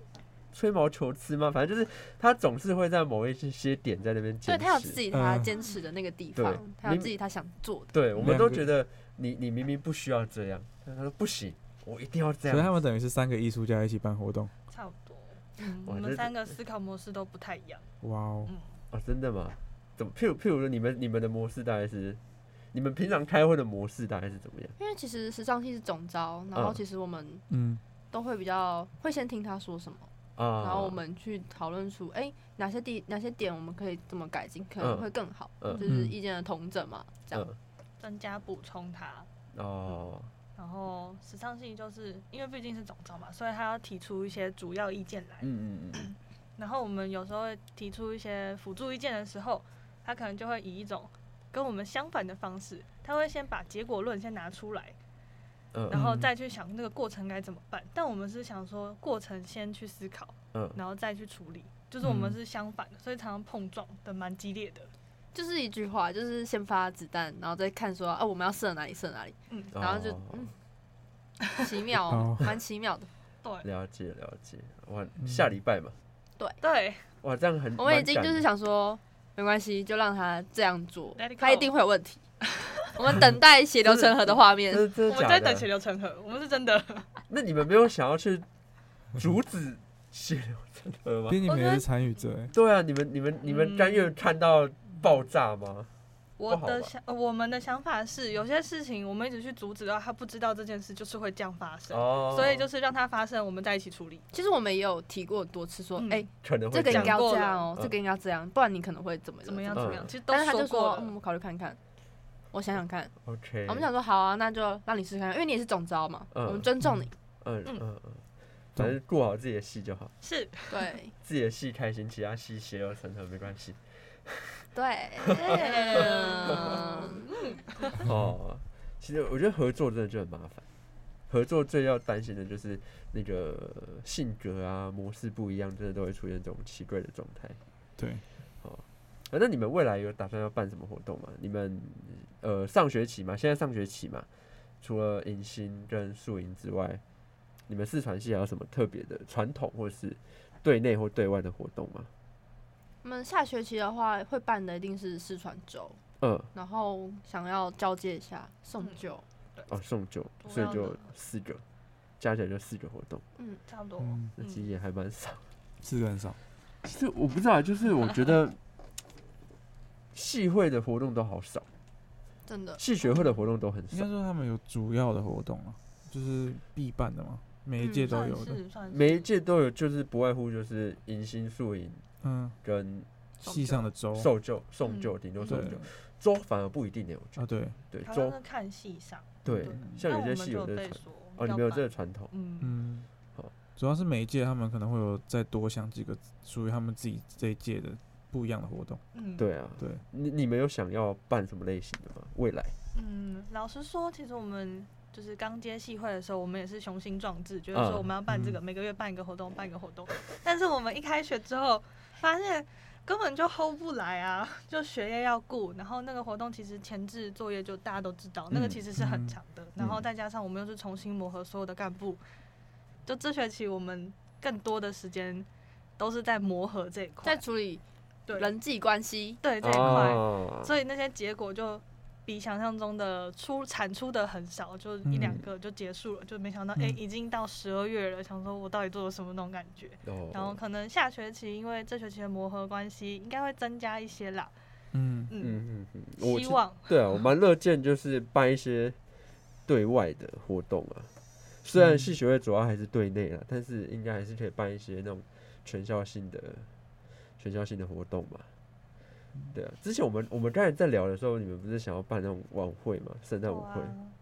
吹毛求疵嘛，反正就是他总是会在某一些点在那边
对
坚
他有自
持。
己他
嗯
坚持的那个地
对
方，他有
明
自己他想做的。
对，我们
两
都
个
觉得你你明明不需要这样，但他说不行，我一定要这
所以他
样。
们等于是三个艺术家一起办活动。
差不多。嗯，
哇
我们
这
三个思考模式都不太一样。
哇哦，
哦，真的吗？怎么？譬如譬如说你们你们的模式大概是，你们平常开会的模式大概是怎么样？
因为其实时尚系是总招，然后
嗯
其实我们
嗯，
都会比较会先听他说什么，
啊，
然后我们去讨论出，哎、哪些地哪些点我们可以怎么改进，可
嗯
能会更好，
嗯
就是意见的同整嘛，这样。
嗯
增加补充它。
哦，
然后时尚性就是因为毕竟是总招嘛，所以他要提出一些主要意见来。
嗯嗯嗯，
然后我们有时候会提出一些辅助意见的时候，他可能就会以一种跟我们相反的方式，他会先把结果论先拿出来，
嗯
然后
嗯
再去想那个过程该怎么办。但我们是想说过程先去思考，
嗯
然后再去处理，就是我们
嗯
是相反的，所以常常碰撞的蛮激烈的。
就是一句话，就是先发子弹，然后再看说，啊，我们要射哪里射哪里，
嗯，
嗯，
然后就
哦
嗯奇妙哦，蛮奇妙的。
对
了解了解，哇，
嗯
下礼拜嘛，
对，
哇，这样很，
我们已
蛮
经
赶
就是想说，没关系，就让他这样做
Let it，go
他一定会有问题。 我们等待血流成河的画面
的，，真
我
的
们
假
在等血
的？
流成河，我们是真的。
那你们没有想要去
嗯
阻止血流成河吗
毕？竟你
我
们
觉
也
得
是参与者欸，
对啊，你们你们你们
嗯
甘愿看到爆炸吗？
我
不好
的
吧
想，呃我们的想法是，有些事情我们一直去阻止到他不知道这件事，就是会这样发生。
哦，
所以就是让它发生，我们在一起处理。
其实我们也有提过很多次说，
嗯
哎，
哦可能
这
会嗯
个应
样
该要
讲过
这
了
样哦，这个应该要这样，不然你可能会怎么
怎么样？
嗯
怎么样？其实都
但是他就
说过
说，
了
嗯，。我考虑看看。我想想看，
OK，
我们想说好啊，那就让你试试看，因为你也是总招嘛，
嗯
我们尊重你。
嗯
嗯
嗯嗯，反正顾好自己的戏就好，
是，
对，
自己的戏开心，其他戏血流成河没关系。
对，嗯
哦，其实我觉得合作真的就很麻烦。合作最要担心的就是那个性格啊、模式不一样，真的都会出现这种奇怪的状态。
哎对，
啊，那你们未来有打算要办什么活动吗？你们呃上学期嘛，现在上学期嘛，除了迎新跟宿营之外，你们四川系还有什么特别的传统或是对内或对外的活动吗？
我们下学期的话会办的一定是四川周，
嗯，
然后想要交接一下
嗯
送酒，
哦，送酒，
同
所以
样
就
的
四个，加起来就四个活动，
嗯，
差不多。
嗯，
那其
嗯
实也还蛮少。
四个很少，
其实我不知道，就是我觉得 系会的活动都好少，
真的，
系学会的活动都很
应
少
该，说他们有主要的活动啊，就是必办的嘛，每一届都有的，
嗯算是算是
每一届都有，就是不外乎就是迎新宿营
嗯，
跟
系上的周，
受救送救，
嗯
顶多送
对
救。周反而不一定呢，我觉
啊
得。
对，
对
好像
周
是看戏上，
对
对，
像有
嗯那
些
我们
戏
就
有这个
被
传
说
哦，你
要
们有这个
办
传统
嗯，
嗯
好，
主要是每一届他们可能会有再多想几个属于他们自己这一届的不一样的活动，
嗯，
对啊。
对，
你你们有想要办什么类型的吗？未来
嗯，老实说，其实我们就是刚接戏会的时候，我们也是雄心壮志，觉得
嗯
说我们要办这个，
嗯
每个月办一个活动，办一个活动。但是我们一开学之后，发现根本就 hold 不来啊，就学业要顾，然后那个活动其实前置作业就大家都知道，那个
嗯
其实是很
嗯
长的，然后
嗯
再加上我们又是重新磨合所有的干部，就这学期我们更多的时间都是在磨合这一块
在，处理
对
人际关系，
对这一块。
哦，
所以那些结果就比想象中的出产出的很少，就一两
嗯
个就结束了，就没想到哎、
嗯
诶已经到十二月了，想说我到底做了什么那种感觉。然后
哦，
可能下学期因为这学期的磨合关系，应该会增加一些啦。
嗯，
嗯，
嗯嗯嗯，我
希
其
望
对啊，我蛮乐见就是办一些对外的活动啊。虽然
嗯
系学会主要还是对内啦，但是应该还是可以办一些那种全校性的、全校性的活动嘛。对啊，之前我们我们刚才在聊的时候，你们不是想要办那种晚会嘛，圣诞舞
好啊
会？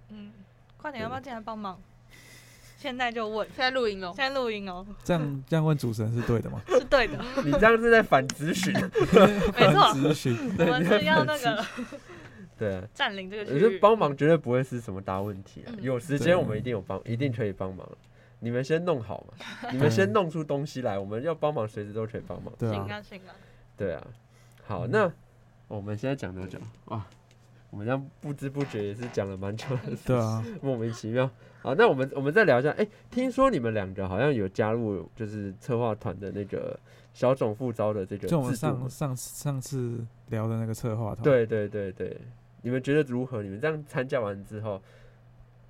嗯，快点要不要进来帮忙？现在就
嗯
问，
现在录音了
现，在录音哦，
这样这样问主持人是对的吗？
是对 的，
你这样是在反咨 询，
没错，
咨 询，
我们是 要那个
对啊，
占领这个
我
区
觉得
域。
帮忙绝对不会是什么大问题啊。
嗯
有时
对
间我们一定有帮，一定可以帮忙。你们先弄好 嘛，你们先弄出东西来，我们要帮忙随时都可以帮忙。
对
行
啊，
啊，行啊，
对啊，好，
嗯
那我们现在讲多久？哇，我们这样不知不觉也是讲了蛮久的，
对啊，
莫名其妙。好，那我们我们再聊一下。哎、听说你们两个好像有加入就是策划团的那个小总副招的这个制
就我们
度
上
嘛。
上上次聊的那个策划团，，
对对对对，你们觉得如何？你们这样参加完之后，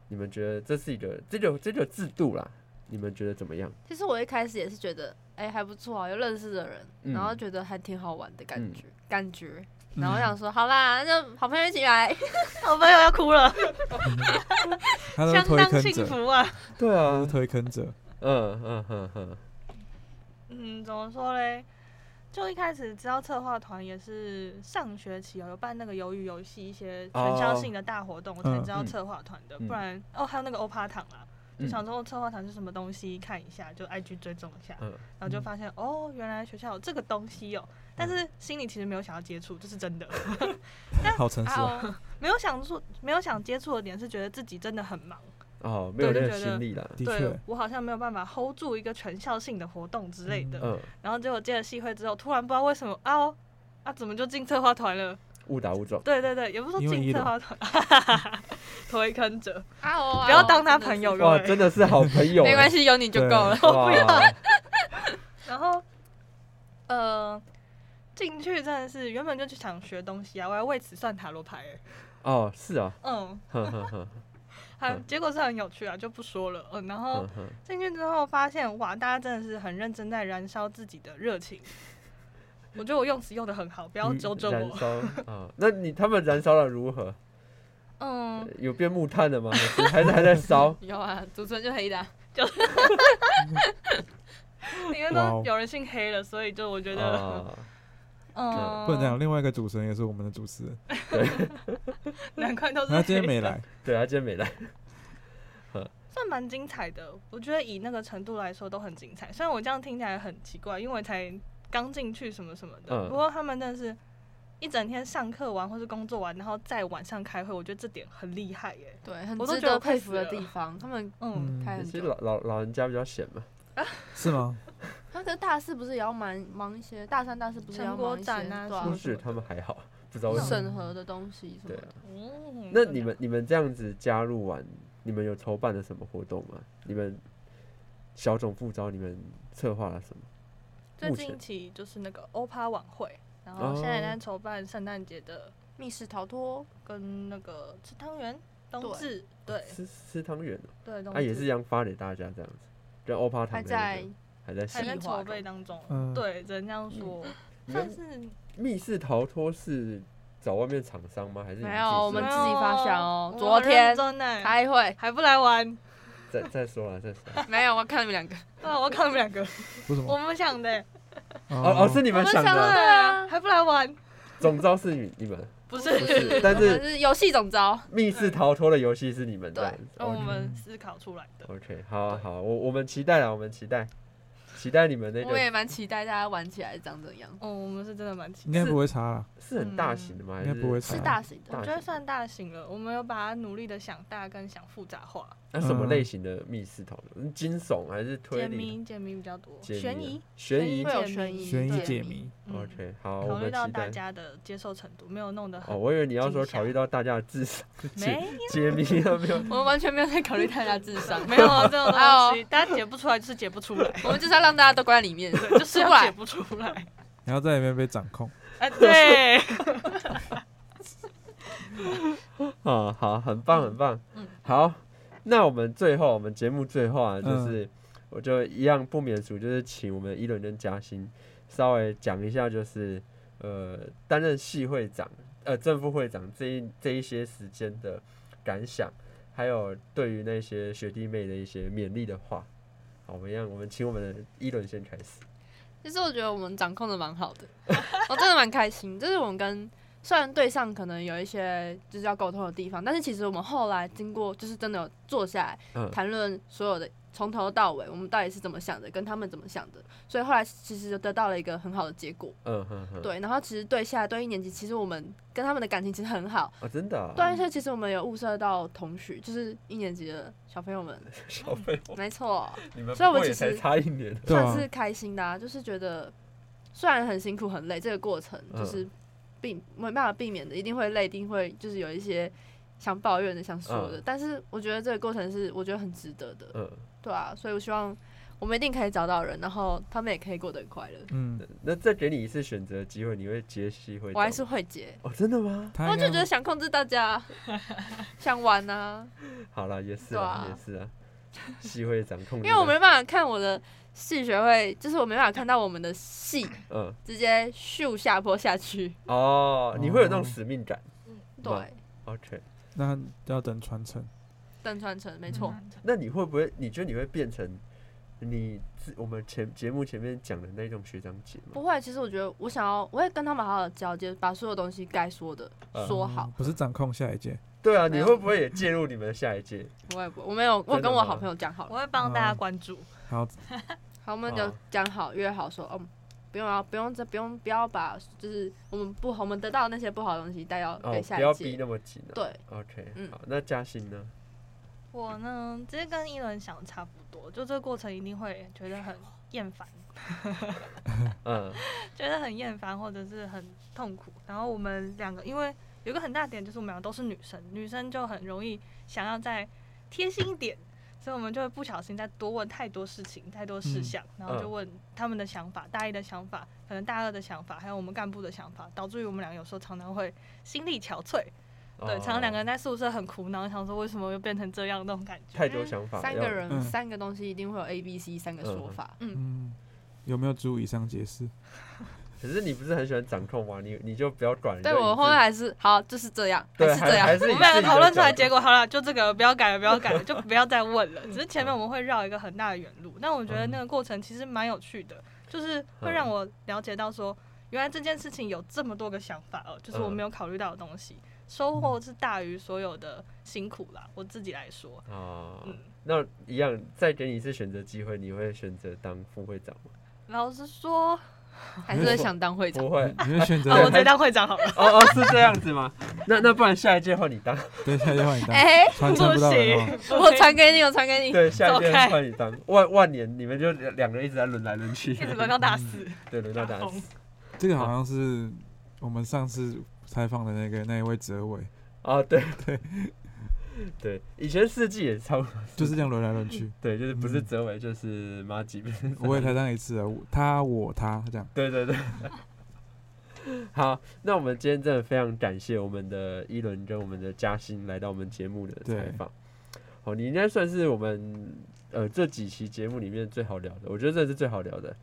你们觉得这是一个这个这个制度啦，你们觉得怎么样？
其实我一开始也是觉得，哎、还不错啊，有认识的人，
嗯
然后觉得还挺好玩的感
嗯
觉，感觉，
嗯
然后我想说，好啦，那就好朋友一起 来，
我朋友要哭 了，
他都是
相
推
当
坑
幸
者，
福啊。
对
他
啊
是，推坑者，
嗯嗯嗯嗯，
嗯，怎么说嘞？就一开始知道策划团也是上学期哦有办那个鱿鱼游戏一些全校性的大活动，我才知道
哦嗯
策划团的，
嗯
不然哦还有那个欧趴糖啊，就
嗯
想说策划团是什么东西，看一下就 IG 追踪一下，
嗯
然后就发现哦原来学校有这个东西哦，但是心里其实没有想要接触，这是真的，
好诚实哦，
哦，
没有想触没有想接触的点是觉得自己真的很忙，
哦，没有那
对
个
就觉得
心力啦，
的
对
确，
我好像没有办法 hold 住一个全校性的活动之类的，
嗯
嗯，
然后结果接了戏会之后，突然不知道为什么啊、哦、啊，怎么就进策划团了？
误打误撞。
对对对，也不是说
因为
进
一
策
楼
划团， 推坑者，
啊哦，
不要当他朋友，
哇，
各位
真的是好朋友欸，
没关系，有你就
对
够了。
哇，
然后，呃，进去真的是原本就去想学东西啊，我还为此算塔罗牌、欸，
哦，是啊，
嗯，
哼哼哼
还
嗯
结果是很有趣啊，就不说了。嗯，然后
哼哼
进去之后发现，哇，大家真的是很认真在燃烧自己的热情。我觉得我用词用的很好，不要
嗯
揪着
燃
我。
烧啊，那你他们燃烧了如何？
嗯，
有变木炭了吗？还是 还是还在烧？
有啊，主持人就黑的啊，
因为
哇
都
哦
有人姓黑了，所以就我觉得，
啊，
嗯，
不能讲，另外一个主持人也是我们的主持人，
难怪都是
他今天
黑
没
的
来，
对啊，今天没来。
算蛮精彩的。我觉得以那个程度来说都很精彩。虽然我这样听起来很奇怪，因为我才刚进去什么什么的，
嗯
不过他们真的是一整天上课完或是工作完，然后再晚上开会，我觉得这点很厉害耶。
对，很
我都
值
觉得
得
我快
佩
死
服的
了
地方。他们
嗯，
嗯，
开很
其实
久，
老老老人家比较闲嘛，
是吗？
他可是大四不是也要忙忙一些，大三、大四不是也
成
要
果
忙一些
展啊
对
什
啊
不
么
是他们还好，不知道
啊
为什么。
审核的东西什么
对
的
啊。
嗯
那你们你们这样子加入完，你们有筹办了什么活动吗？你们小总副招你们策划了什么？
最
目
近一
前哦
期就是那个欧趴晚会，然后现在也在筹办圣诞节的
密室逃脱，
跟那个吃汤圆冬
对
至，对
吃吃汤圆哦，
对，冬
啊也
至
是一样发给大家这样子，就欧趴糖
还在
还在
还
想
在
计划
筹备
中
当中，
嗯
对，只能这样说，
你
算
们
是
密室逃脱是找外面厂商吗？还是你
没
自己
有我们
设
自
计
己发
没有啊
想哦
我
昨
很认
天
真欸呢
开会
还不来玩，
再再说了再说啦。
没有？我看你们两个，
对，啊我看你们两个，
为什么
我？们想的，欸
哦哦，是你们想
我们想
的，
对啊
还不来玩，
总招是你你们，
不
不
是，
是但
我
是
们是游戏总招，
密室逃脱的游戏是你们
对
的。
让我
OK
嗯
们思考出来的。
OK，好啊好啊，我我们期待啊，我们期待，期待你们那
我也
个
蛮期待大家玩起来长怎样，
嗯，我们是真的蛮期
应
待
该，不会差啦，
是很大型的吗？还
应该不会
是
啊
嗯大型
我
的，
大
觉得
型
算大型了，我们有把它努力的想大跟想复杂化，
那什么
嗯
类型的密室逃脱？嗯惊悚还是推
解
理？
谜解谜比较多，
解谜啊
悬疑，
悬
悬疑
疑
会有
解
悬
谜
疑
悬疑
对
解谜，
嗯，
OK，好，我
考虑
们
到
期
大
待。
家的接受程度，没有弄得
哦，
很
我以为你要说
惊吓
考虑到大家的智商，
没，
解解谜啊，没 有
我们完全没有在考虑大家智商
没有啊这种东 西，大家解不出来就是解不出来，
我们就是要让大家都关在里面，
对， 就是
出不
要
来
解不出来。
然后在里面被掌控。
哎，对，
啊，好，很棒，很棒。
嗯
好，那我们最后，我们节目最后啊，就
嗯
是、我就一样不免俗，就是请我们一轮跟嘉欣稍微讲一下，就是呃，担任系会长、呃正副会长这一这一些时间的感想，还有对于那些学弟妹的一些勉励的话。好，我们一样，我们请我们的一轮先开始。
其实我觉得我们掌控的蛮好 的，我真的蛮开心。就是我们跟虽然对上可能有一些就是要沟通的地方，但是其实我们后来经过就是真的有坐下来
嗯
谈论所有的从头到尾，我们到底是怎么想的，跟他们怎么想的，所以后来其实就得到了一个很好的结果。
嗯哼哼，
对，然后其实对下对一年级，其实我们跟他们的感情其实很好。
啊，真的、啊，
对，而且其实我们有物色到同学，就是一年级的小朋友们，
小朋友，
没错。
你们
所以
不
我
过也
其
才
实
差一年，
对啊
算是开心的、啊，就是觉得虽然很辛苦很累，这个过程
嗯
就是避、没办法避免的，一定会累，一定会就是有一些想抱怨的、想说的，
嗯
但是我觉得这个过程是我觉得很值得的，
嗯。
对啊，所以我希望我们一定可以找到人，然后他们也可以过得很快乐。
嗯，
那再给你一次选择机会，你会杰西会？
我还是会结，
哦，真的吗？
他
我
应
就
该
觉得想控制 大家，想玩啊，
好了，也是
对
啊，
啊
也是啊，系会掌控。
因为我没办法看我的戏学会，就是我没办法看到我们 的戏
嗯
直接咻下坡下去，
哦，你会有那种
哦
使命感。
对，
哇 OK，
那要等传承。
邓传成没错。
那你会不会？你觉得你会变成你自我们前节目前面讲的那种学长姐吗？
不会，其实我觉得我想要，我会跟他们好好地交接，把所有东西该说的
嗯
说好
嗯。不是掌控下一届。
对啊，
没
你
有
会不会也介入你们的下一届？
我也不，我没有，我有
真的
跟我
吗
好朋友讲好
我
了，
会帮大家关注，
好，
好，我们就
哦
讲好约好说，嗯，不用啊，不用这，不用不要把就是我们不我们得到的那些不好的东西带到
哦
给，下
不要
一
逼
届。
那么紧啊。
对，
OK，
嗯
好，那嘉欣呢？
我呢，其实跟一轮想的差不多，就这个过程一定会觉得很厌烦，
嗯
觉得很厌烦或者是很痛苦。然后我们两个，因为有一个很大点就是我们两个都是女生，女生就很容易想要再贴心一点，所以我们就会不小心再多问太多事情、太多事项，然后就问他们的想法、大一的想法、可能大二的想法，还有我们干部的想法，导致于我们俩有时候常常会心力憔悴。对，常常两个人
哦
在宿舍很苦恼，想说为什么又变成这样那种感觉。
太多想法，
三
啊要
个人、
嗯
三个东西一定会有 A、B、C 三个说法。嗯，
嗯，有没有诸以上解释？
可是你不是很喜欢掌控吗？你你就不要管人家
对
意志。
我后面还是好，就是这样，还
对
是这样
还。是
我
你
们两
自
个
己
讨论
的
出来
角
结
度
果好了，就这个不要改了，不 要改了，就不要再问了。只是
嗯
前面我们会绕一个很大的远路，但我觉得那个过程其实蛮有趣的，就是会
嗯
让我了解到说，原来这件事情有这么多个想法哦，就是我
嗯
没有考虑到的东西，收获是大于所有的辛苦啦。我自己来说，
哦
嗯，
那一样，再给你一次选择机会，你会选择当副会长吗？
老实说，
还是会想当 会长。
不会。
你们选择
啊，我直接当会长好 了，
哦哦，是这样子吗？ 那那不然下一届换你当，
对下一届 换你当，
哎、
传
不
承不到
行
人哦。，
我传给你，我传给你。
对，下一
走
届
开
换你当。万万年，你们就两个人一直在轮来轮去，
一直轮到大四，
对，轮到大
打
四
工。
这个好像是我们上次采访的那个那一位哲伟，
哦，对对 对，以前四季也差不多，
就是这样轮来轮去。
对，就是不是
嗯
哲伟就是马吉，
我也才当一次啊，我他我他这样。
对对对。 好，那我们今天真的非常感谢我们的伊伦跟我们的嘉欣来到我们节目的采
对
访。哦，你应该算是我们呃这几期节目里面最好聊的，我觉得这是最好聊的，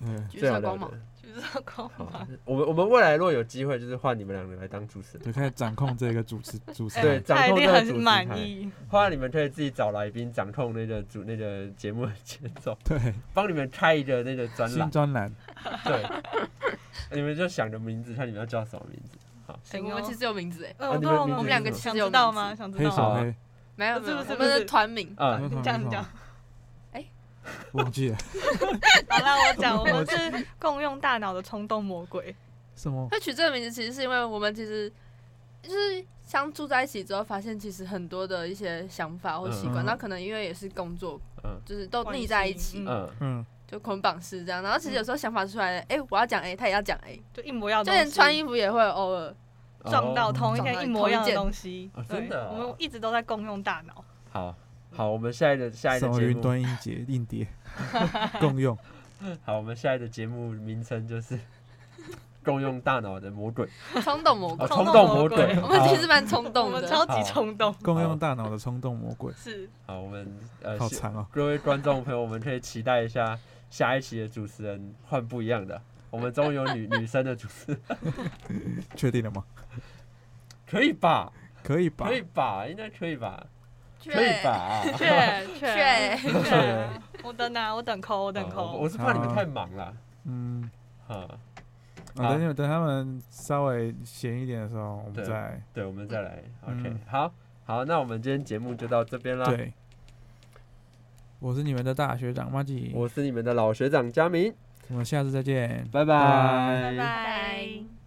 对，
橘
最好
色
聊
光芒
的。
橘 色光
好
芒，，
我们我们未来若有机会，就是换你们两个来当主持人，
就开始掌控这个主持主持
对
人。
掌
他一
控
定
这个
很
主持
满
台
意。
后来你们可以自己找来宾，掌控那个主那个节目的节奏，
对，
帮你们开一个那个专
新
栏，
专栏
对， 你们就想着名字，看你们要叫什么名字。
哎
行
我
哦
们其实有名字哎，
呃
啊
我
你
知
们
道
名字
我
是
们
什么
想知道吗？想知
黑
道吗？
手
啊
黑，
没有
不
没
是
有，
不是
我
不
们的
是
团名。
啊、
黑手
这样
黑手
讲，
忘记了
好啦，我 讲，我们是共用大脑的冲动魔鬼。
什么？
会取这个名字，其实是因为我们其实就是相处在一起之后，发现其实很多的一些想法或习
嗯
惯，那、可能因为也是工作，
嗯
就是都腻在一起，
嗯
嗯，
嗯，
就捆绑式这样。然后其实有时候想法出来，哎、我要讲 A，他也要讲 A，
就一模一样的
就
东西，
连穿衣服也会偶尔。
撞到
哦
同一个一模一样的东西
哦，
对
真的哦
我们一直都在共用大脑。
好好，我们下一个下一
什
个
么
节
云
目，
端硬碟硬碟共用？
好，我们下一个节目名称就是 共用大脑的魔 鬼，
冲动魔
啊，
鬼，
冲
冲
动
动
魔
魔
鬼。
鬼
我们
好
其实蛮冲
我
动
们
的，
超级冲动，
共用大脑的冲动魔鬼，
是
好，我们呃，
好
希
惨哦！
各位观众朋友，我们可以期待一下下一期的主持人换不一样的，我们终于有 女女生的主持人，
确定了吗？
可以吧？
可以吧
可？以吧？应该可以吧？
对
可以 吧？
确 确
对，
确，我等啊，我等扣，我等
好我
扣
我。是怕你们
好
太忙了，
嗯，
哈，
啊等你们等他们稍微闲一点的时候，我
对
们再
对，我们再来，OK，
嗯
好好，那我们今天节目就到这边啦。
对。我是你们的大学长马吉，
我是你们的老学长佳明，
我们下次再见。
拜
拜
拜拜。